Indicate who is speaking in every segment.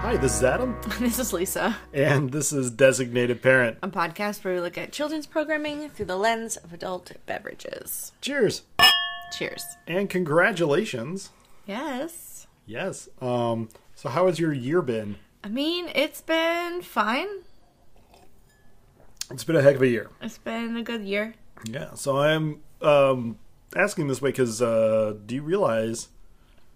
Speaker 1: Hi, this is Adam,
Speaker 2: This is Lisa,
Speaker 1: and this is Designated Parent.
Speaker 2: a podcast where we look at children's programming through the lens of adult beverages.
Speaker 1: Cheers
Speaker 2: Cheers.
Speaker 1: and congratulations.
Speaker 2: Yes.
Speaker 1: Yes. Um. So, how has your year been?
Speaker 2: I mean, it's been fine.
Speaker 1: It's been a heck of a year.
Speaker 2: It's been a good year.
Speaker 1: Yeah. So I'm um asking this way because uh, do you realize?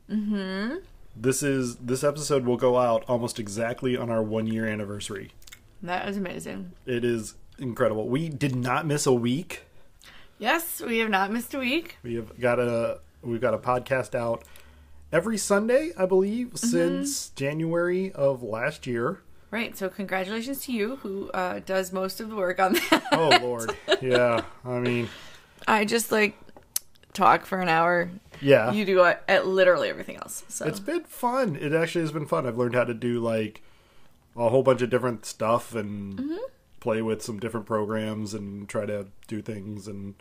Speaker 1: Hmm. This is this episode will go out almost exactly on our one year anniversary.
Speaker 2: That was amazing.
Speaker 1: It is incredible. We did not miss a week.
Speaker 2: Yes, we have not missed a week.
Speaker 1: We have got a we've got a podcast out every Sunday, I believe, since January of last year.
Speaker 2: Right, so congratulations to you who uh, does most of the work on that.
Speaker 1: Oh lord. Yeah. I mean,
Speaker 2: I just like talk for an hour.
Speaker 1: yeah.
Speaker 2: You do uh, at literally everything else. So
Speaker 1: it's been fun. It actually has been fun. I've learned how to do like a whole bunch of different stuff and play with some different programs and try to do things and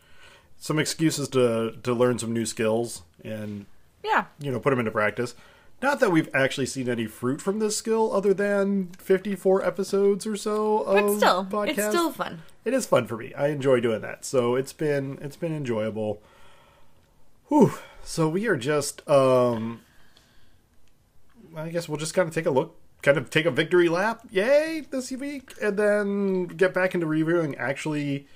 Speaker 1: some excuses to to learn some new skills and
Speaker 2: yeah,
Speaker 1: you know, put them into practice. Not that we've actually seen any fruit from this skill other than 54 episodes or so of
Speaker 2: but still,
Speaker 1: podcast.
Speaker 2: it's still fun.
Speaker 1: It is fun for me. I enjoy doing that. So it's been it's been enjoyable. Whew. So we are just um I guess we'll just kind of take a look, kind of take a victory lap. Yay, this week and then get back into reviewing actually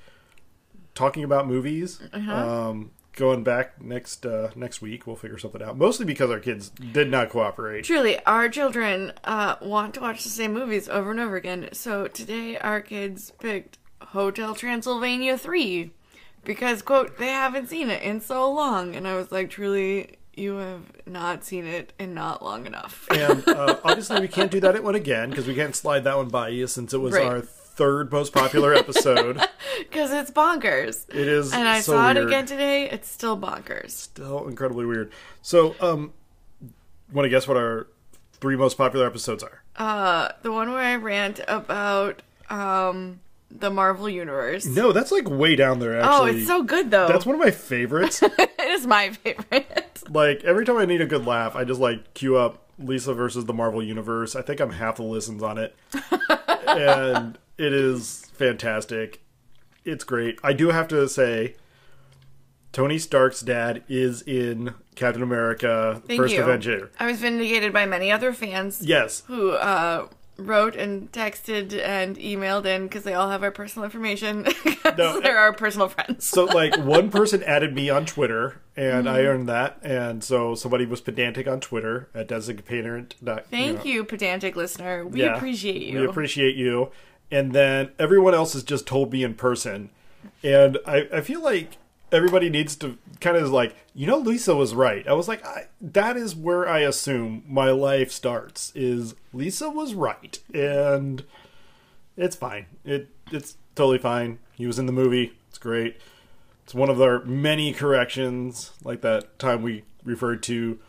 Speaker 1: talking about movies. Um going back next uh next week we'll figure something out. Mostly because our kids did not cooperate.
Speaker 2: Truly, our children uh, want to watch the same movies over and over again. So today, our kids picked Hotel Transylvania 3 because, quote, they haven't seen it in so long. And I was like, truly, you have not seen it in not long enough.
Speaker 1: And uh, obviously, we can't do that at one again because we can't slide that one by you since it was
Speaker 2: Right.
Speaker 1: our third most popular episode.
Speaker 2: Because it's bonkers.
Speaker 1: It is
Speaker 2: And I
Speaker 1: so
Speaker 2: saw it
Speaker 1: weird.
Speaker 2: again today. It's still bonkers.
Speaker 1: Still incredibly weird. So, um, want to guess what our three most popular episodes are?
Speaker 2: Uh, the one where I rant about um, the Marvel Universe.
Speaker 1: No, that's like way down there.
Speaker 2: oh,
Speaker 1: Actually,
Speaker 2: it's so good, though.
Speaker 1: that's one of my favorites.
Speaker 2: it is my favorite.
Speaker 1: like every time I need a good laugh, I just like queue up Lisa versus the Marvel Universe. I think I'm half the listens on it, and it is fantastic. It's great. I do have to say, Tony Stark's dad is in Captain America:
Speaker 2: Thank
Speaker 1: First
Speaker 2: you.
Speaker 1: Avenger.
Speaker 2: I was vindicated by many other fans
Speaker 1: Yes,
Speaker 2: who uh, wrote and texted and emailed in because they all have our personal information. 'Cause
Speaker 1: No, eh
Speaker 2: they're our personal friends.
Speaker 1: So like one person added me on Twitter and I
Speaker 2: Mm-hmm.
Speaker 1: earned that and so somebody was pedantic on Twitter at designated
Speaker 2: Thank you, pedantic listener. We appreciate you.
Speaker 1: We appreciate you. And then everyone else has just told me in person. And I, I feel like everybody needs to kind of like, you know, Lisa was right. I was like, I, that is where I assume my life starts is Lisa was right. And it's fine. It It's totally fine. He was in the movie. It's great. It's one of our many corrections, like that time we referred to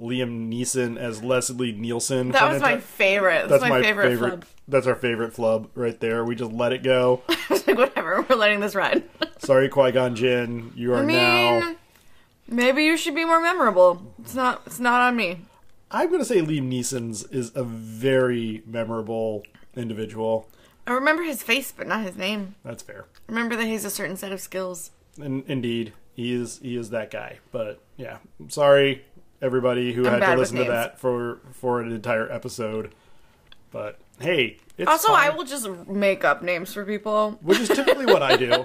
Speaker 1: Liam Neeson as Leslie Nielsen.
Speaker 2: that
Speaker 1: from
Speaker 2: was
Speaker 1: that
Speaker 2: my
Speaker 1: time.
Speaker 2: favorite. That's,
Speaker 1: That's
Speaker 2: my, favorite, flub.
Speaker 1: That's our favorite flub right there. We just let it go.
Speaker 2: I was like, whatever, we're letting this ride.
Speaker 1: Sorry, Qui Gon Jinn, you are
Speaker 2: I mean,
Speaker 1: now.
Speaker 2: maybe you should be more memorable. It's not. It's not on me.
Speaker 1: I'm going to say Liam Neeson's is a very memorable individual.
Speaker 2: I remember his face, but not his name.
Speaker 1: That's fair.
Speaker 2: I remember that he has a certain set of skills.
Speaker 1: And indeed, he is he is that guy. But yeah, sorry everybody who had
Speaker 2: bad
Speaker 1: to
Speaker 2: with
Speaker 1: listen to
Speaker 2: names.
Speaker 1: that for for an entire episode. But hey, it's
Speaker 2: Also, I
Speaker 1: fine,
Speaker 2: will just make up names for people.
Speaker 1: which is typically what I do.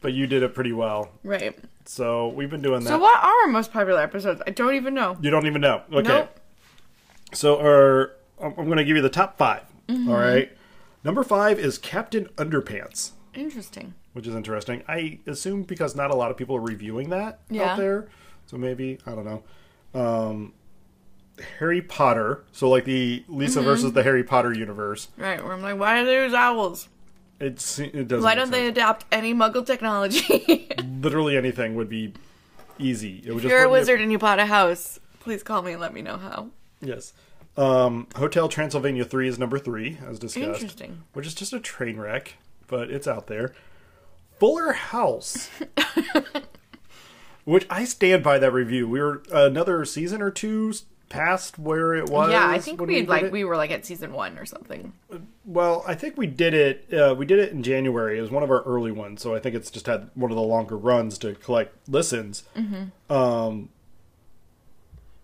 Speaker 1: But you did it pretty well.
Speaker 2: Right.
Speaker 1: Uh, So we've been doing that.
Speaker 2: So, what are our most popular episodes? I don't even know.
Speaker 1: You don't even know. Okay.
Speaker 2: Nope.
Speaker 1: So our, I'm going to give you the top 5
Speaker 2: Mm-hmm.
Speaker 1: All right. Number five is Captain Underpants,
Speaker 2: Interesting.
Speaker 1: which is interesting. I assume because not a lot of people are reviewing that
Speaker 2: Yeah.
Speaker 1: out there. So maybe, I don't know. Um, Harry Potter, so like the Lisa
Speaker 2: Mm-hmm.
Speaker 1: versus the Harry Potter universe.
Speaker 2: Right, where I'm like, why do they use owls?
Speaker 1: It's it doesn't.
Speaker 2: Why
Speaker 1: make
Speaker 2: don't they
Speaker 1: sense.
Speaker 2: adopt any muggle technology?
Speaker 1: Literally anything would be easy. It would
Speaker 2: If you're a
Speaker 1: wouldn't be
Speaker 2: wizard and you bought a house, please call me and let me know how.
Speaker 1: Yes. Um, Hotel Transylvania 3 is number 3, as discussed.
Speaker 2: Interesting.
Speaker 1: Which is just a train wreck, but it's out there. Fuller House. which I stand by that review. We were another season or two past where it was.
Speaker 2: yeah, I think
Speaker 1: when
Speaker 2: we
Speaker 1: did
Speaker 2: like
Speaker 1: it.
Speaker 2: we were like at season one or something.
Speaker 1: Well, I think we did it. Uh, we did it in January. It was one of our early ones, so I think it's just had one of the longer runs to collect listens. Um,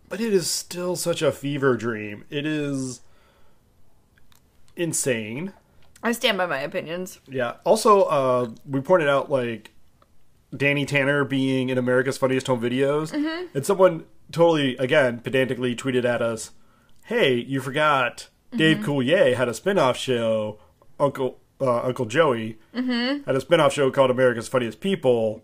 Speaker 1: but it is still such a fever dream. It is insane.
Speaker 2: I stand by my opinions.
Speaker 1: Yeah. Also, uh, we pointed out like Danny Tanner being in America's Funniest Home Videos,
Speaker 2: Mm-hmm.
Speaker 1: and someone totally again pedantically tweeted at us, "Hey, you forgot Dave
Speaker 2: Mm-hmm.
Speaker 1: Coulier had a spin-off show, Uncle uh, Uncle Joey
Speaker 2: Mm-hmm.
Speaker 1: had a spin-off show called America's Funniest People,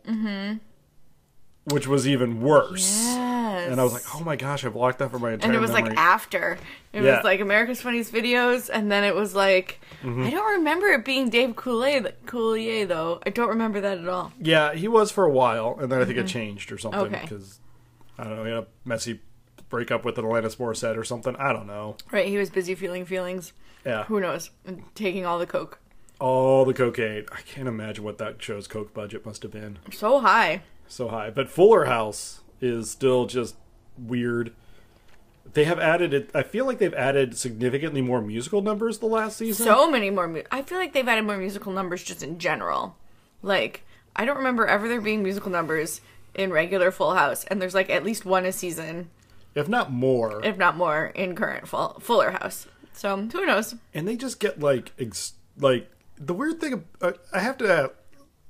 Speaker 1: which was even worse."
Speaker 2: Yes.
Speaker 1: And I was like, "Oh my gosh, I've blocked that for my entire
Speaker 2: and it was
Speaker 1: memory."
Speaker 2: like after. It
Speaker 1: Yeah.
Speaker 2: was like America's Funniest Videos, and then it was like
Speaker 1: Mm-hmm.
Speaker 2: I don't remember it being Dave Coulier, Coulier though. I don't remember that at all.
Speaker 1: Yeah, he was for a while, and then I think it changed or something
Speaker 2: Mm-hmm. Okay.
Speaker 1: because I don't know. He had a messy breakup with Alanis Morissette or something. I don't know.
Speaker 2: Right, he was busy feeling feelings.
Speaker 1: Yeah,
Speaker 2: Who knows? And taking all the coke.
Speaker 1: all the cocaine. I can't imagine what that show's coke budget must have been
Speaker 2: So high.
Speaker 1: so high. But Fuller House is still just weird. They have added it. I feel like they've added significantly more musical numbers the last season.
Speaker 2: so many more. Mu- I feel like they've added more musical numbers just in general. Like I don't remember ever there being musical numbers in regular Full House, and there's like at least one a season,
Speaker 1: if not more,
Speaker 2: if not more, in current full- Fuller House. So who knows?
Speaker 1: and they just get like ex- like the weird thing. ab- Uh, I have to. Uh,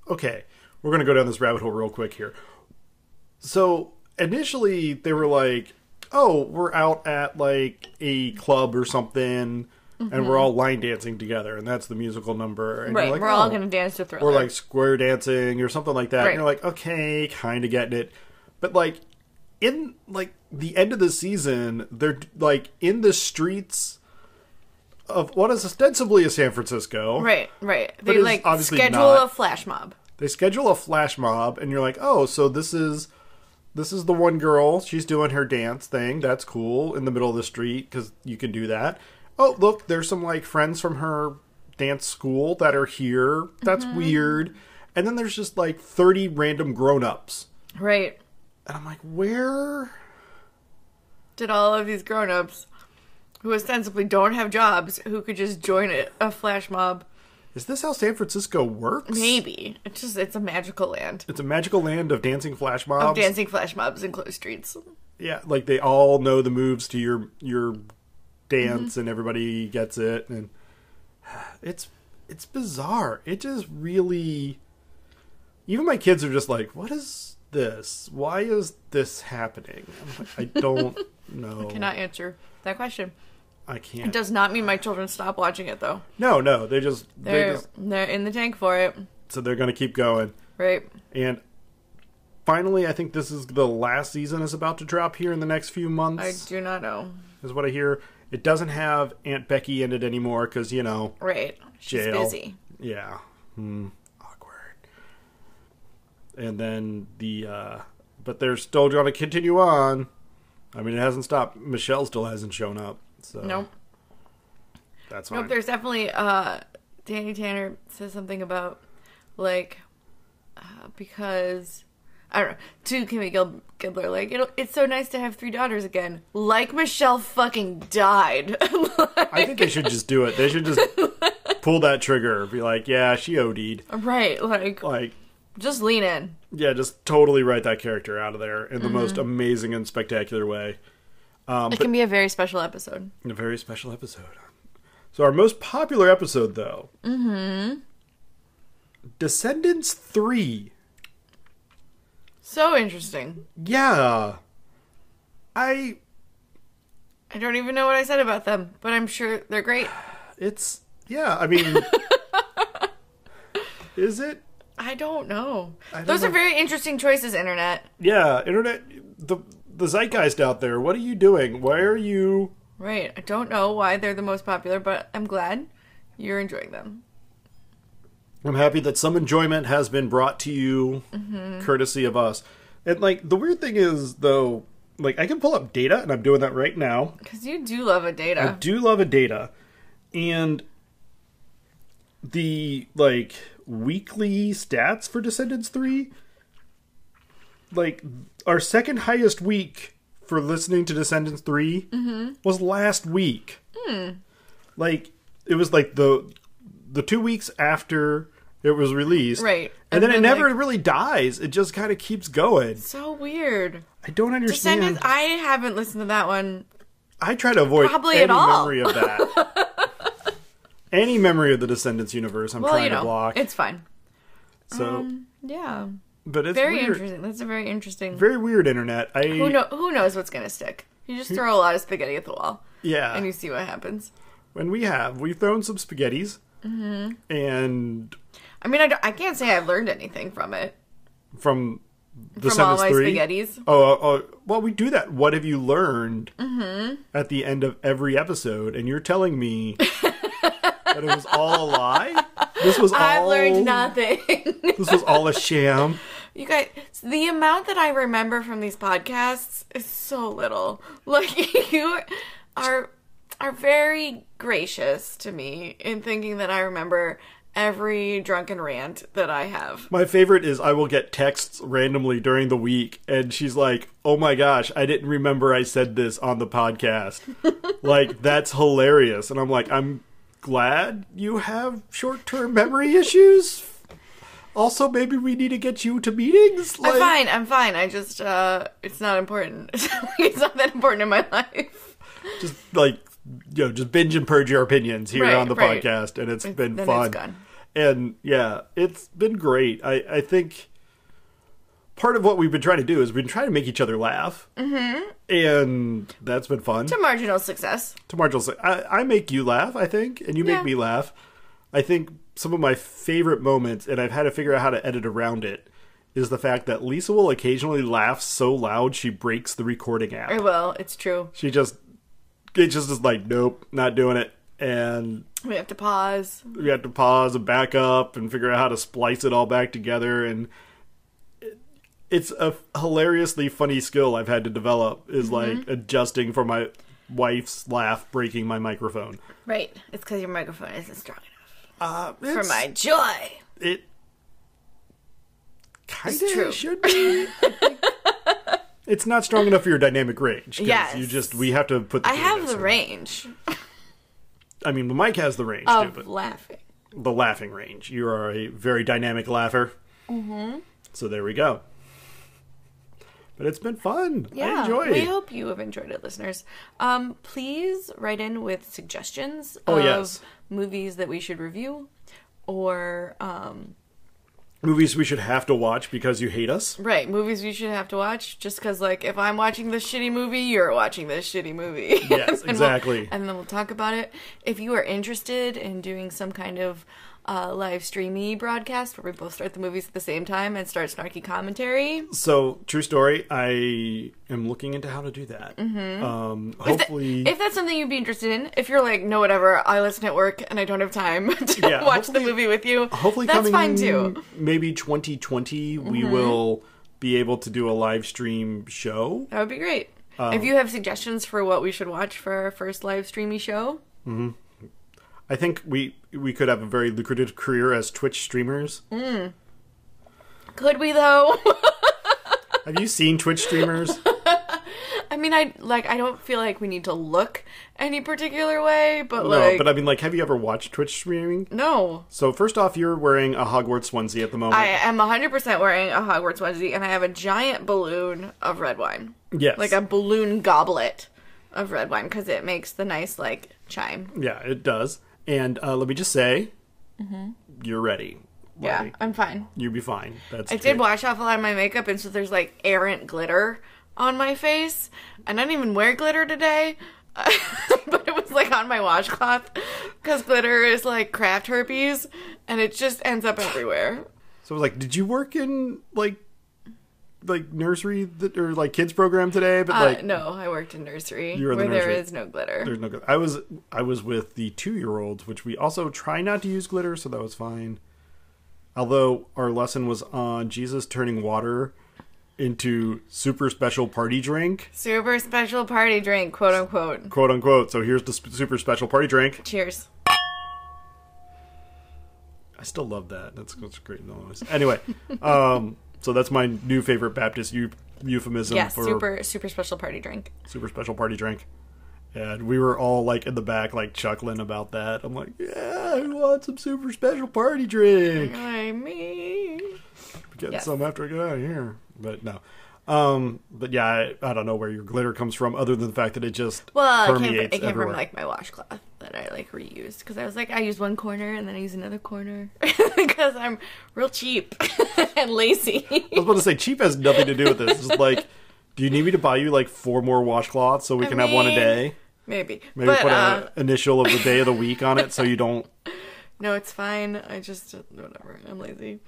Speaker 1: okay, we're gonna go down this rabbit hole real quick here. So initially they were like, "Oh, we're out at like a club or something, and we're all line dancing together, and that's the musical number." And
Speaker 2: Mm-hmm. Right,
Speaker 1: you're like,
Speaker 2: we're all
Speaker 1: "Oh."
Speaker 2: gonna dance to Thriller.
Speaker 1: or like square dancing or something like that.
Speaker 2: Right.
Speaker 1: And you're like, okay, kind of getting it, but like in like the end of the season, they're like in the streets of what is ostensibly a San Francisco.
Speaker 2: right, right. They
Speaker 1: it's
Speaker 2: like
Speaker 1: obviously
Speaker 2: schedule
Speaker 1: not.
Speaker 2: a flash mob.
Speaker 1: They schedule a flash mob, and you're like, oh, so this is this is the one girl. She's doing her dance thing. That's cool in the middle of the street because you can do that. Oh, look, there's some like friends from her dance school that are here. That's
Speaker 2: Mm-hmm.
Speaker 1: weird. And then there's just like 30 random grown ups.
Speaker 2: Right.
Speaker 1: And I'm like, where?
Speaker 2: Did all of these grown-ups who ostensibly don't have jobs who could just join a, a flash mob?
Speaker 1: Is this how San Francisco works?
Speaker 2: Maybe it's just it's a magical land
Speaker 1: It's a magical land of dancing flash
Speaker 2: of
Speaker 1: mobs.
Speaker 2: dancing flash mobs in closed streets.
Speaker 1: yeah, like they all know the moves to your your dance,
Speaker 2: Mm-hmm.
Speaker 1: and everybody gets it, and it's it's bizarre. It just really, even my kids are just like, "What is this? Why is this happening?" I'm like, I don't know.
Speaker 2: Cannot answer that question.
Speaker 1: I can't.
Speaker 2: Does not mean my children stop watching it though.
Speaker 1: No, no, they just they
Speaker 2: They're
Speaker 1: just
Speaker 2: they're in the tank for it,
Speaker 1: so they're gonna keep going.
Speaker 2: right?
Speaker 1: And finally, I think this is the last season is about to drop here in the next few
Speaker 2: I
Speaker 1: months,
Speaker 2: do not know,
Speaker 1: is what I hear. It doesn't have Aunt Becky in it anymore because, you know,
Speaker 2: right? She's
Speaker 1: Jail.
Speaker 2: busy.
Speaker 1: yeah. Hmm. Awkward. And then the, uh, but they're still going to continue on. I mean, it hasn't stopped. Michelle still hasn't shown up. So
Speaker 2: Nope,
Speaker 1: that's fine.
Speaker 2: nope. There's definitely. Uh, Danny Tanner says something about like uh, because I don't know. To Kimmy Gil- Gibbler, like it'll, it's so nice to have three daughters again. Like Michelle fucking died.
Speaker 1: I think they should just do it. They should just pull that trigger. Be like, yeah, she OD'd.
Speaker 2: right? Like
Speaker 1: Like,
Speaker 2: just lean in.
Speaker 1: Yeah, just totally write that character out of there in the most
Speaker 2: Mm-hmm.
Speaker 1: amazing and spectacular way.
Speaker 2: It can be a very special episode.
Speaker 1: In a very special episode. So our most popular episode, though, mm-hmm. Descendants Three.
Speaker 2: So interesting.
Speaker 1: Yeah, I.
Speaker 2: I don't even know what I said about them, but I'm sure they're great.
Speaker 1: It's yeah. I mean, is it?
Speaker 2: I don't know.
Speaker 1: don't
Speaker 2: Those
Speaker 1: know.
Speaker 2: are very interesting choices, internet.
Speaker 1: Yeah, internet. The the zeitgeist out there. What are you doing? Why are you?
Speaker 2: Right. I don't know why they're the most popular, but I'm glad you're enjoying them.
Speaker 1: I'm happy that some enjoyment has been brought to you, courtesy of us. And like the weird thing is though, like I can pull up data, and I'm doing that right now.
Speaker 2: Because you do love a
Speaker 1: I
Speaker 2: data.
Speaker 1: do love a data, and the like weekly stats for Descendants three, like our second highest week for listening to Descendants 3
Speaker 2: Mm-hmm.
Speaker 1: was last week.
Speaker 2: Hmm.
Speaker 1: Like it was like the the two weeks after it was released,
Speaker 2: Right.
Speaker 1: And, then,
Speaker 2: And then,
Speaker 1: it never
Speaker 2: like-
Speaker 1: really dies. It just kind of keeps going.
Speaker 2: So weird.
Speaker 1: I don't understand.
Speaker 2: Descendants, I haven't listened to that one.
Speaker 1: I try to avoid
Speaker 2: Probably
Speaker 1: any
Speaker 2: at all.
Speaker 1: memory of that. any memory of the Descendants universe, I'm
Speaker 2: Well,
Speaker 1: trying
Speaker 2: you know,
Speaker 1: to block.
Speaker 2: it's fine.
Speaker 1: so,
Speaker 2: Yeah.
Speaker 1: but it's
Speaker 2: Very
Speaker 1: weird.
Speaker 2: interesting. That's a very interesting.
Speaker 1: Very weird internet. I
Speaker 2: who, know, who knows what's going to stick? You just throw a lot of spaghetti at the wall
Speaker 1: yeah.
Speaker 2: and you see what happens.
Speaker 1: and we have we've thrown some spaghettis,
Speaker 2: Mm-hmm.
Speaker 1: and
Speaker 2: I mean, I, don't- I can't say I've learned anything from it.
Speaker 1: from the
Speaker 2: from all
Speaker 1: Descendants
Speaker 2: my
Speaker 1: three.
Speaker 2: spaghettis.
Speaker 1: Oh, oh, oh, well, we do that. What have you learned
Speaker 2: Mm-hmm.
Speaker 1: at the end of every episode? And you're telling me that it was all a lie. This was all.
Speaker 2: I've
Speaker 1: Oh.
Speaker 2: learned nothing.
Speaker 1: This was all a sham.
Speaker 2: You guys, the amount that I remember from these podcasts is so little. Like you are are very gracious to me in thinking that I remember every drunken rant that I have.
Speaker 1: My favorite is I will get texts randomly during the week, and she's like, "Oh my gosh, I didn't remember I said this on the podcast." like that's hilarious, and I'm like, "I'm glad you have short-term memory issues." Also, maybe we need to get you to meetings. Like,
Speaker 2: I'm fine. I'm fine. I just uh it's not important. it's not that important in my life.
Speaker 1: just like you know, just binge and purge your opinions here
Speaker 2: Right,
Speaker 1: on the
Speaker 2: right.
Speaker 1: podcast, and it's been
Speaker 2: then it's
Speaker 1: fun.
Speaker 2: gone.
Speaker 1: And yeah, it's been great. I I think part of what we've been trying to do is we've been trying to make each other laugh, mm-hmm. and that's been fun.
Speaker 2: To marginal success.
Speaker 1: To Marshall, say, I, I make you laugh, I think, and you
Speaker 2: Yeah.
Speaker 1: make me laugh. I think some of my favorite moments, and I've had to figure out how to edit around it. Is the fact that Lisa will occasionally laugh so loud she breaks the recording app
Speaker 2: I will. It's true.
Speaker 1: she just it just is like nope not doing it and
Speaker 2: We have to pause.
Speaker 1: we have to pause and back up and figure out how to splice it all back together and it- it's a hilariously funny skill i've had to develop
Speaker 2: Mm-hmm.
Speaker 1: is like adjusting for my wife's laugh breaking my microphone
Speaker 2: Right. It's cuz your microphone isn't strong enough
Speaker 1: uh
Speaker 2: for
Speaker 1: it's-
Speaker 2: my joy.
Speaker 1: it kind
Speaker 2: It's true.
Speaker 1: of should be it's not strong enough for your dynamic range 'cause
Speaker 2: Yes.
Speaker 1: you just we have to put the
Speaker 2: I have the
Speaker 1: range
Speaker 2: range
Speaker 1: i mean the mic has the range too
Speaker 2: of
Speaker 1: but
Speaker 2: laughing.
Speaker 1: the laughing range. You are a very dynamic laugher. Mm-hmm. So there we go. But it's been fun. I enjoyed
Speaker 2: We
Speaker 1: it.
Speaker 2: hope you have enjoyed it, listeners. Um, please write in with suggestions
Speaker 1: Oh,
Speaker 2: of
Speaker 1: yes.
Speaker 2: movies that we should review or um,
Speaker 1: Movies we should have to watch because you hate us.
Speaker 2: right movies we should have to watch just because like if i'm watching this shitty movie you're watching this shitty movie
Speaker 1: Yes,
Speaker 2: we'll-
Speaker 1: exactly.
Speaker 2: and then we'll talk about it if you are interested in doing some kind of uh, live streamy broadcast where we both start the movies at the same time and start snarky commentary
Speaker 1: So true story. I am looking into how to do that. Um, hopefully,
Speaker 2: Mm-hmm. If that's something you'd be interested in, if you're like, no, whatever, I listen at work and I don't have time to
Speaker 1: Yeah,
Speaker 2: watch the
Speaker 1: hopefully-
Speaker 2: movie with you,
Speaker 1: hopefully
Speaker 2: that's
Speaker 1: coming
Speaker 2: fine too. Mm-hmm.
Speaker 1: Maybe 2020, we will be able to do a live stream show.
Speaker 2: That would be great.
Speaker 1: Um,
Speaker 2: if you have suggestions for what we should watch for our first live streamy show,
Speaker 1: I think we we could have a very lucrative career as Twitch streamers.
Speaker 2: could we though? Mm-hmm.
Speaker 1: have you seen Twitch streamers?
Speaker 2: I mean, I like, I don't feel like we need to look any particular way, but
Speaker 1: no,
Speaker 2: like,
Speaker 1: but I mean, like, have you ever watched Twitch streaming?
Speaker 2: no.
Speaker 1: So first off, you're wearing a Hogwarts onesie at the moment.
Speaker 2: I am 100% wearing a Hogwarts onesie and I have a giant balloon of red wine.
Speaker 1: yes.
Speaker 2: Like a balloon goblet of red wine because it makes the nice, like, chime.
Speaker 1: yeah, it does. And uh, let me just say, you're ready.
Speaker 2: Mm-hmm. Yeah,
Speaker 1: Like,
Speaker 2: I'm fine.
Speaker 1: you'll be fine. That's
Speaker 2: I did wash off a lot of my makeup, and so there's like errant glitter on my face. And I didn't even wear glitter today, but it was like on my washcloth because glitter is like craft herpes, and it just ends up everywhere.
Speaker 1: So I was like, did you work in like like nursery that, or like kids program today? But
Speaker 2: Uh,
Speaker 1: like
Speaker 2: no, I worked in nursery
Speaker 1: You were the
Speaker 2: where there
Speaker 1: nursery.
Speaker 2: is no glitter.
Speaker 1: there's no. gl- I was I was with the two year olds, which we also try not to use glitter, so that was fine. Although our lesson was on Jesus turning water into super special party drink,
Speaker 2: Super special party drink, quote unquote.
Speaker 1: quote unquote. So here's the sp- super special party drink.
Speaker 2: Cheers.
Speaker 1: I still love that. That's, that's great noise. Anyway, um, so that's my new favorite Baptist eu- euphemism
Speaker 2: Yeah,
Speaker 1: for
Speaker 2: super super special party drink.
Speaker 1: super special party drink. And we were all like in the back, like chuckling about that. I'm like, yeah, I want some super special party drink.
Speaker 2: I mean,
Speaker 1: Get
Speaker 2: Yes.
Speaker 1: some after I get out of here. But no. Um, but yeah, I, I don't know where your glitter comes from, other than the fact that it just
Speaker 2: well, it came, from,
Speaker 1: permeates
Speaker 2: it came
Speaker 1: everywhere.
Speaker 2: from like my washcloth that I like reused because I was like, I use one corner and then I use another corner because I'm real cheap and lazy.
Speaker 1: I was about to say, cheap has nothing to do with this. It's just like, do you need me to buy you like four more washcloths so we
Speaker 2: I
Speaker 1: can have one a
Speaker 2: mean,
Speaker 1: day?
Speaker 2: Maybe,
Speaker 1: Maybe
Speaker 2: but
Speaker 1: put
Speaker 2: uh,
Speaker 1: an initial of the day of the week on it so you don't.
Speaker 2: no, it's fine. I just uh, whatever. I'm lazy.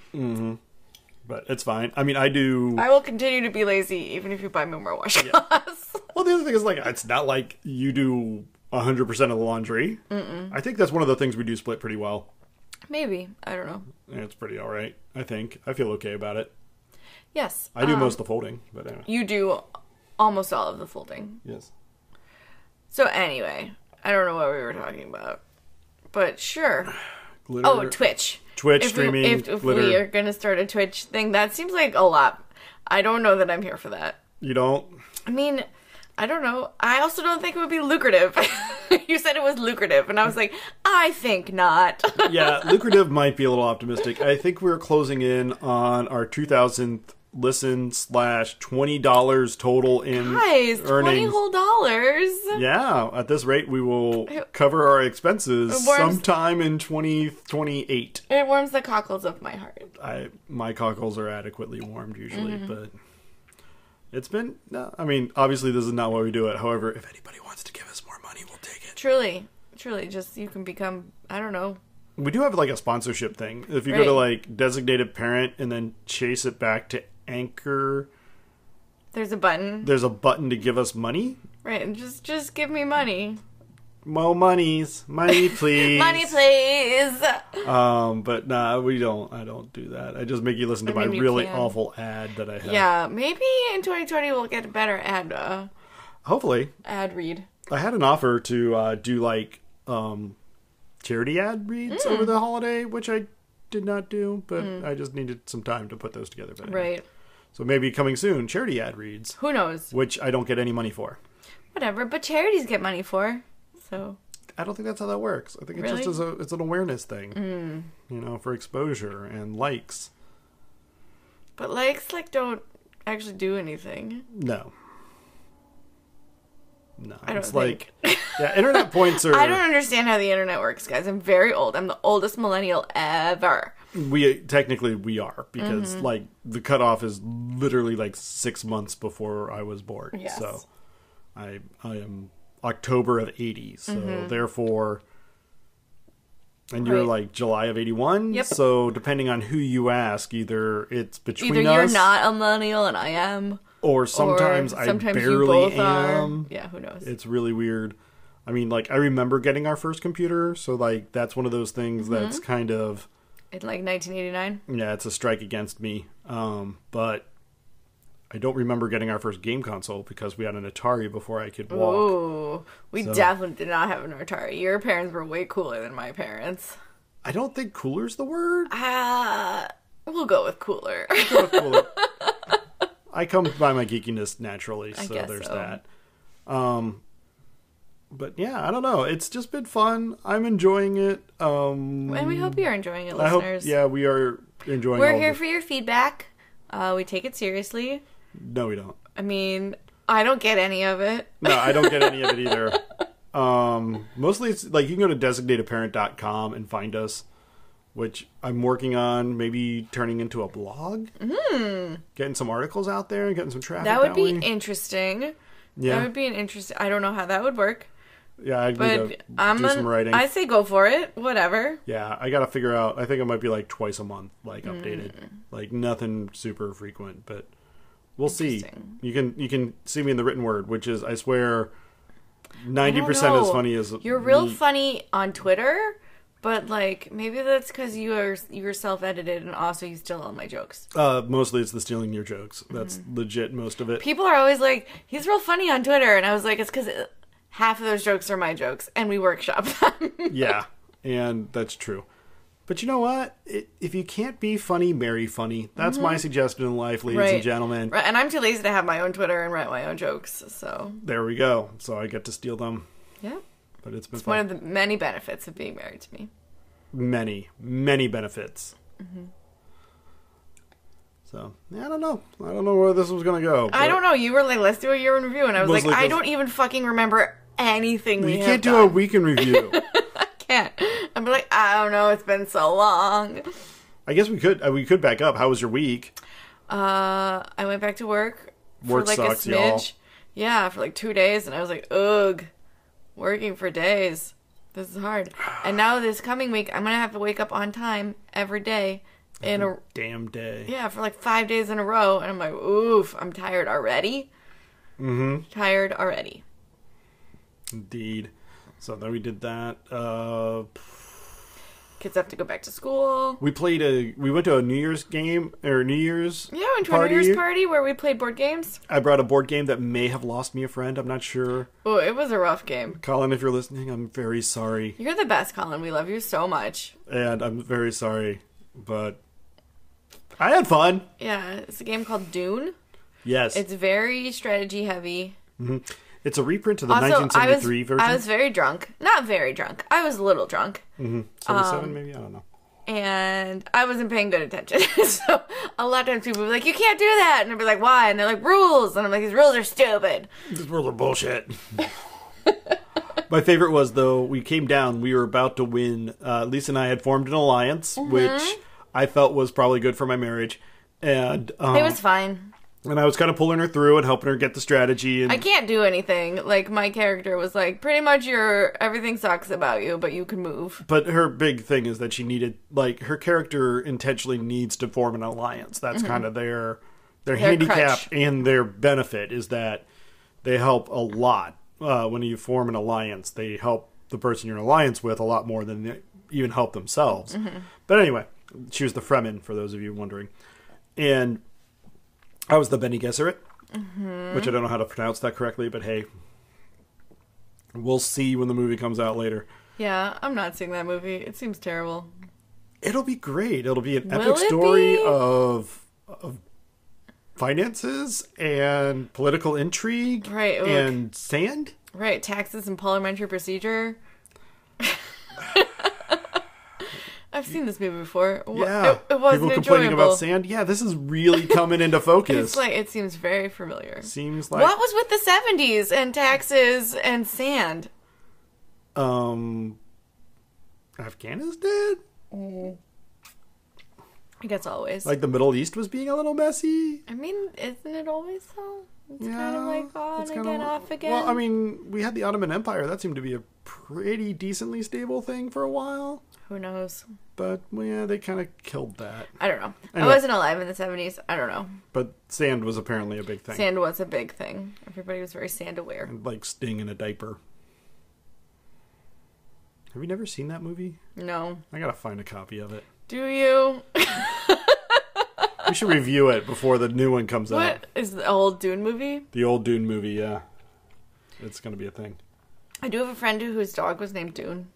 Speaker 1: But it's fine. I mean, I do.
Speaker 2: I will continue to be lazy even if you buy me more washcloths.
Speaker 1: Well, the other thing is like it's not like you do 100% of the laundry. Mm-mm. I think that's one of the things we do split pretty well.
Speaker 2: Maybe I don't know.
Speaker 1: And It's pretty all right, I think. I feel okay about it.
Speaker 2: Yes, Uh,
Speaker 1: I do most of the folding, but anyway.
Speaker 2: you do almost all of the folding.
Speaker 1: Yes.
Speaker 2: So anyway, I don't know what we were talking about, but sure.
Speaker 1: Glitter.
Speaker 2: Oh, Twitch.
Speaker 1: Twitch
Speaker 2: If we-
Speaker 1: streaming,
Speaker 2: if if we
Speaker 1: glitter.
Speaker 2: are gonna start a Twitch thing, that seems like a lot. I don't know that I'm here for that.
Speaker 1: you don't.
Speaker 2: I mean, I don't know. I also don't think it would be lucrative. you said it was lucrative, and I was like, I think not.
Speaker 1: Yeah, lucrative might be a little optimistic. I think we're closing in on our 2000th listen slash $20 total in
Speaker 2: Guys, twenty
Speaker 1: earnings.
Speaker 2: whole dollars.
Speaker 1: Yeah, at this rate, we will cover our expenses
Speaker 2: warms-
Speaker 1: sometime in 2028.
Speaker 2: It warms the cockles of my heart.
Speaker 1: I my cockles are adequately warmed usually,
Speaker 2: Mm-hmm.
Speaker 1: but it's been. No, I mean, obviously, this is not why we do it. However, if anybody wants to give us more money, we'll take it.
Speaker 2: Truly, truly, just you can become. I don't know.
Speaker 1: We do have like a sponsorship thing. If you go to
Speaker 2: Right.
Speaker 1: like designated parent and then chase it back to Anchor,
Speaker 2: There's a button,
Speaker 1: there's a button to give us money.
Speaker 2: right? And just, just give me money.
Speaker 1: Mo monies, money please,
Speaker 2: Money, please.
Speaker 1: Um, but nah, we don't. I don't do that. I just make you listen to
Speaker 2: I mean,
Speaker 1: my
Speaker 2: you
Speaker 1: really
Speaker 2: can.
Speaker 1: awful ad that I have.
Speaker 2: Yeah, maybe in 2020 we'll get a better ad uh,
Speaker 1: Hopefully,
Speaker 2: ad read.
Speaker 1: I had an offer to uh, do like um, charity ad reads
Speaker 2: Mm.
Speaker 1: over the holiday, which I did not do, but I just needed some time to put those together. But anyway.
Speaker 2: Right.
Speaker 1: So maybe coming soon, charity ad reads,
Speaker 2: Who knows?
Speaker 1: which I don't get any money for.
Speaker 2: Whatever. But charities get money for. So
Speaker 1: I don't think that's how that works. I think it just
Speaker 2: Really?
Speaker 1: is a it's an awareness thing, you know, for exposure and likes.
Speaker 2: But likes like don't actually do anything.
Speaker 1: No, no,
Speaker 2: I don't
Speaker 1: it's
Speaker 2: think.
Speaker 1: like yeah, internet points are.
Speaker 2: I don't understand how the internet works, guys. I'm very old. I'm the oldest millennial ever.
Speaker 1: we technically we are because
Speaker 2: Mm-hmm.
Speaker 1: like the cutoff is literally like six months before I was born.
Speaker 2: Yes.
Speaker 1: So I I am October of eighty. So therefore and you're
Speaker 2: Mm-hmm. Right.
Speaker 1: like July of eighty one.
Speaker 2: Yep.
Speaker 1: So depending on who you ask, either it's between
Speaker 2: Either you're
Speaker 1: us
Speaker 2: not a millennial and I am,
Speaker 1: or
Speaker 2: or
Speaker 1: sometimes, I
Speaker 2: sometimes
Speaker 1: barely
Speaker 2: you both
Speaker 1: am.
Speaker 2: are. Yeah, who knows?
Speaker 1: It's really weird. I mean, like I remember getting our first computer, so like that's one of those things
Speaker 2: Mm-hmm.
Speaker 1: that's kind of
Speaker 2: In like 1989.
Speaker 1: yeah, it's a strike against me. Um, but I don't remember getting our first game console because we had an Atari before I could walk.
Speaker 2: Ooh, we
Speaker 1: So-
Speaker 2: definitely did not have an Atari. Your parents were way cooler than my parents.
Speaker 1: I don't think cooler's the word.
Speaker 2: Uh, we'll go with cooler.
Speaker 1: Cooler. I come by my geekiness naturally, so
Speaker 2: guess
Speaker 1: there's
Speaker 2: so.
Speaker 1: that. Um, but yeah, I don't know. It's just been fun. I'm enjoying it. Um,
Speaker 2: and we hope you're enjoying it,
Speaker 1: I hope.
Speaker 2: listeners.
Speaker 1: Yeah, we are enjoying.
Speaker 2: We're
Speaker 1: all
Speaker 2: here
Speaker 1: of
Speaker 2: for your feedback. Uh, we take it seriously.
Speaker 1: this. No, we don't.
Speaker 2: I mean, I don't get any of it.
Speaker 1: No, I don't get any of it either. Um, mostly it's like you can go to designateparent.com and find us, which I'm working on maybe turning into a blog. Mm. Getting some articles out there and getting some traffic.
Speaker 2: Mm-hmm. That would be
Speaker 1: way.
Speaker 2: interesting. That
Speaker 1: yeah.
Speaker 2: would be an interesting. I don't know how that would work,
Speaker 1: yeah, I need to
Speaker 2: but I'm
Speaker 1: do some
Speaker 2: an-
Speaker 1: writing.
Speaker 2: I say go for it. Whatever.
Speaker 1: Yeah, I gotta figure out.
Speaker 2: Hmm.
Speaker 1: I think it might be like twice a month, like updated, like nothing super frequent, but We'll see.
Speaker 2: Interesting.
Speaker 1: You can you can see me in the written word, which is I swear, ninety percent as
Speaker 2: know.
Speaker 1: funny as
Speaker 2: You're real
Speaker 1: me.
Speaker 2: funny on Twitter, but like maybe that's because you are you're self edited and also you steal all my jokes.
Speaker 1: Uh, mostly it's the stealing your jokes.
Speaker 2: Hmm.
Speaker 1: That's legit most of it.
Speaker 2: People are always like, "He's real funny on Twitter," and I was like, "It's because half of those jokes are my jokes, and we workshop them."
Speaker 1: yeah, and that's true. But you know what? I if you can't be funny, marry funny. That's my suggestion in life, ladies and
Speaker 2: Mm-hmm. Right.
Speaker 1: gentlemen.
Speaker 2: Right, and I'm too lazy to have my own Twitter and write my own jokes, so
Speaker 1: There we go. So I get to steal them.
Speaker 2: yeah.
Speaker 1: But it's been
Speaker 2: One
Speaker 1: fun.
Speaker 2: of the many benefits of being married to me.
Speaker 1: many, many benefits.
Speaker 2: Mm-hmm.
Speaker 1: So yeah, I don't know. I don't know where this was gonna go.
Speaker 2: I
Speaker 1: but-
Speaker 2: don't know. You were like, let's do a year in review. And I was
Speaker 1: Was
Speaker 2: like,
Speaker 1: like
Speaker 2: I
Speaker 1: this-
Speaker 2: don't even fucking remember anything we
Speaker 1: You
Speaker 2: have
Speaker 1: can't do a
Speaker 2: done.
Speaker 1: week in review.
Speaker 2: can't. I'm like, I don't know. It's been so long.
Speaker 1: I guess we could. uh, We could back up. How was your week?
Speaker 2: Uh, I went back to work for
Speaker 1: Work
Speaker 2: like
Speaker 1: sucks,
Speaker 2: a smidge.
Speaker 1: y'all.
Speaker 2: Yeah, for like two days. And I was like, ugh, working for days. This is hard. And now this coming week, I'm going to have to wake up on time every day in
Speaker 1: Mm-hmm.
Speaker 2: a,
Speaker 1: Damn day.
Speaker 2: yeah, for like five days in a row. And I'm like, oof, I'm tired already. Mm-hmm. Tired already.
Speaker 1: Indeed. So then we did that. Uh,
Speaker 2: Kids have to go back to school.
Speaker 1: we played a. We went to a New Year's game or New Year's.
Speaker 2: Yeah, we went to a New Year's party where we played board games.
Speaker 1: I brought a board game that may have lost me a friend. I'm not sure.
Speaker 2: Oh, it was a rough game.
Speaker 1: Colin, if you're listening, I'm very sorry,
Speaker 2: You're the best, Colin. We love you so much.
Speaker 1: and I'm very sorry, but I had fun.
Speaker 2: Yeah, it's a game called Dune.
Speaker 1: Yes,
Speaker 2: It's very strategy heavy.
Speaker 1: It's a reprint of the
Speaker 2: Also, I was
Speaker 1: 1973 version.
Speaker 2: I was very drunk. Not very drunk. I was a little drunk, um,
Speaker 1: 77, maybe? I don't know.
Speaker 2: and I wasn't paying good attention. so a lot of times people were like, "You can't do that," and I'd be like, "Why?" And they're like, "Rules," and I'm like, "These rules are stupid."
Speaker 1: These rules are bullshit. My favorite was, though, we came down, we were about to win. Uh, Lisa and I had formed an alliance,
Speaker 2: Mm-hmm.
Speaker 1: which I felt was probably good for my marriage. And um,
Speaker 2: It was fine.
Speaker 1: and I was kind of pulling her through and helping her get the strategy. And
Speaker 2: I can't do anything. Like my character was like, pretty much your everything sucks about you, but you can move.
Speaker 1: but her big thing is that she needed like her character intentionally needs to form an alliance that's kind of their their, handicap
Speaker 2: crutch.
Speaker 1: and their benefit is that they help a lot uh, when you form an alliance they help the person you're in alliance with a lot more than they even help themselves but anyway she was the fremen for those of you wondering and i was the benny gesserit which i don't know how to pronounce that correctly but hey we'll see when the movie comes out later
Speaker 2: Yeah, I'm not seeing that movie. It seems terrible.
Speaker 1: It'll be great. It'll be an
Speaker 2: Will
Speaker 1: epic
Speaker 2: it
Speaker 1: story
Speaker 2: be?
Speaker 1: of of finances and political intrigue
Speaker 2: Right, it would-
Speaker 1: and sand.
Speaker 2: Right, taxes and parliamentary procedure. I've seen this movie before. Wha-
Speaker 1: Yeah,
Speaker 2: it, it wasn't
Speaker 1: people
Speaker 2: enjoyable.
Speaker 1: complaining about sand. Yeah, this is really coming into focus.
Speaker 2: It's like it seems very familiar.
Speaker 1: Seems like
Speaker 2: What was with the '70s and taxes and sand?
Speaker 1: um Afghanistan,
Speaker 2: I guess always.
Speaker 1: like the Middle East was being a little messy.
Speaker 2: I mean, isn't it always so? It's
Speaker 1: yeah,
Speaker 2: kind of like oh, on
Speaker 1: it's
Speaker 2: again,
Speaker 1: kinda-
Speaker 2: off again.
Speaker 1: Well, I mean, we had the Ottoman Empire. That seemed to be a pretty decently stable thing for a while,
Speaker 2: who knows?
Speaker 1: but well, yeah, they kind of killed that.
Speaker 2: I don't know. I
Speaker 1: Anyway.
Speaker 2: wasn't alive in the '70s. I don't know.
Speaker 1: But sand was apparently a big thing.
Speaker 2: Sand was a big thing. Everybody was very sand aware.
Speaker 1: Like Sting in a diaper. Have you never seen that movie?
Speaker 2: No,
Speaker 1: I gotta find a copy of it.
Speaker 2: do you?
Speaker 1: We should review it before the new one comes out.
Speaker 2: What is the old Dune movie?
Speaker 1: The old Dune movie, yeah. It's gonna be a thing.
Speaker 2: I do have a friend whose dog was named Dune.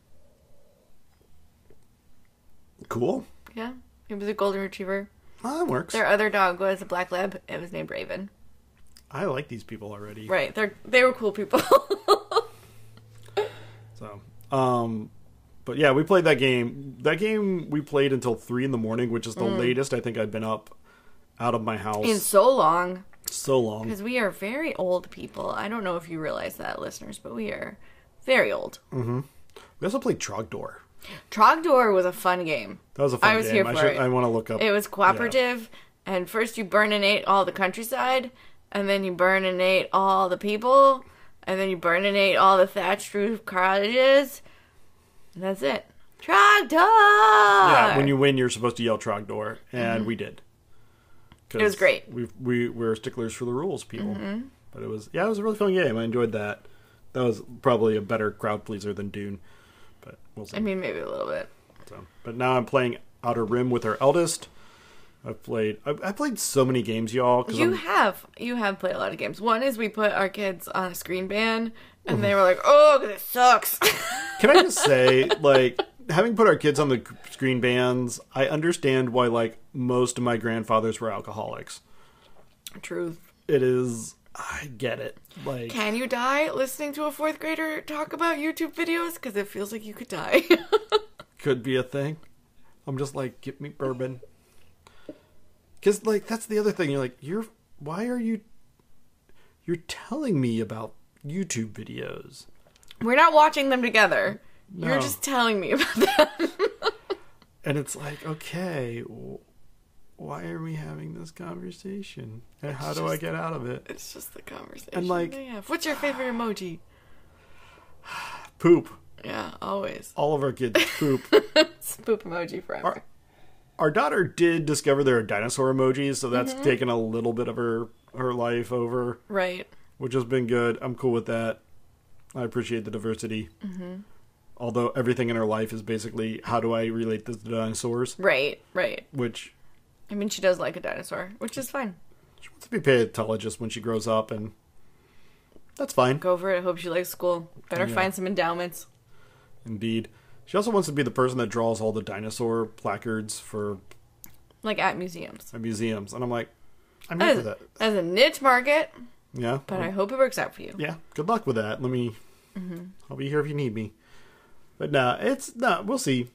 Speaker 1: Cool.
Speaker 2: Yeah. He was a golden retriever.
Speaker 1: Ah, that works.
Speaker 2: Their other dog was a black lab. It was named Raven.
Speaker 1: I like these people already.
Speaker 2: Right. They're they were cool people.
Speaker 1: So, um, but yeah, we played that game. That game we played until three in the morning, which is the
Speaker 2: Mm.
Speaker 1: latest I think I'd been up out of my house
Speaker 2: In so long.
Speaker 1: so long.
Speaker 2: Because we are very old people. I don't know if you realize that, listeners, but we are very old.
Speaker 1: We also played Trogdor.
Speaker 2: Trogdor was a fun game.
Speaker 1: That was a fun
Speaker 2: I was
Speaker 1: game.
Speaker 2: here
Speaker 1: I
Speaker 2: for
Speaker 1: should,
Speaker 2: it.
Speaker 1: I want to look up.
Speaker 2: It was cooperative, and first you burninate all the countryside, and then you burninate all the people, and then you burninate all the thatched roof cottages, and that's it. Trogdor!
Speaker 1: Yeah, when you win, you're supposed to yell Trogdor, and we did. 'cause
Speaker 2: It was great. Mm-hmm.
Speaker 1: We we we're sticklers for the rules, people. But it was yeah, it was a really fun game. I enjoyed that. That was probably a better crowd pleaser than Dune, but we'll see.
Speaker 2: I mean, maybe a little bit.
Speaker 1: So, but now I'm playing Outer Rim with our eldest. I've played I, I played so many games, y'all. 'cause
Speaker 2: You
Speaker 1: I'm-
Speaker 2: have you have played a lot of games. One is we put our kids on a screen ban, and
Speaker 1: Mm-hmm.
Speaker 2: they were like, "Oh, this sucks."
Speaker 1: Can I just say, like, having put our kids on the screen bans, I understand why, like, most of my grandfathers were alcoholics.
Speaker 2: Truth.
Speaker 1: It is, I get it. Like,
Speaker 2: Can you die listening to a fourth grader talk about YouTube videos? Because it feels like you could die.
Speaker 1: could be a thing. I'm just like, get me bourbon. Because, like, that's the other thing. You're like, you're, why are you, you're telling me about YouTube videos?
Speaker 2: We're not watching them together.
Speaker 1: No.
Speaker 2: You're just telling me about them.
Speaker 1: And it's like, okay, w- why are we having this conversation? And how do I get out of it?
Speaker 2: It's just the conversation.
Speaker 1: And, like-
Speaker 2: they have. what's your favorite emoji?
Speaker 1: Poop.
Speaker 2: Yeah, always
Speaker 1: All of our kids poop.
Speaker 2: spoop emoji forever.
Speaker 1: Our- our daughter did discover there are dinosaur emojis, so that's taken a little bit of her her life over,
Speaker 2: right.
Speaker 1: which has been good. I'm cool with that. I appreciate the diversity. Although everything in her life is basically how do I relate this to dinosaurs,
Speaker 2: Right. Right.
Speaker 1: which
Speaker 2: I mean, she does like a dinosaur, which is fine.
Speaker 1: she wants to be a paleontologist when she grows up, and that's fine.
Speaker 2: Go for it. Hope she likes school. Better
Speaker 1: Yeah.
Speaker 2: find some endowments.
Speaker 1: Indeed, she also wants to be the person that draws all the dinosaur placards for
Speaker 2: like at museums.
Speaker 1: museums, and I'm like, I'm here for
Speaker 2: As,
Speaker 1: that. Mm-hmm.
Speaker 2: as a niche market,
Speaker 1: Yeah,
Speaker 2: Oh. but I hope it works out for you.
Speaker 1: yeah, good luck with that. Let me, I'll be here if you need me. But nah, it's nah, we'll see.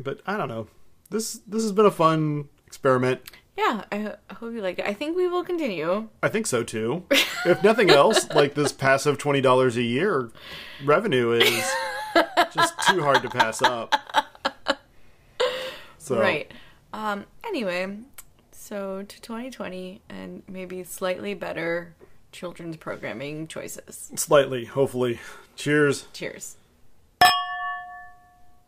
Speaker 1: But I don't know. This this has been a fun experiment.
Speaker 2: Yeah, I, ho- I hope you liked it. I think we will continue.
Speaker 1: I think so too. if nothing else, like this passive twenty dollars a year revenue is just too hard to pass up. So
Speaker 2: Right. Um. Anyway, so to 2020 and maybe slightly better children's programming choices.
Speaker 1: slightly, hopefully. Cheers.
Speaker 2: Cheers.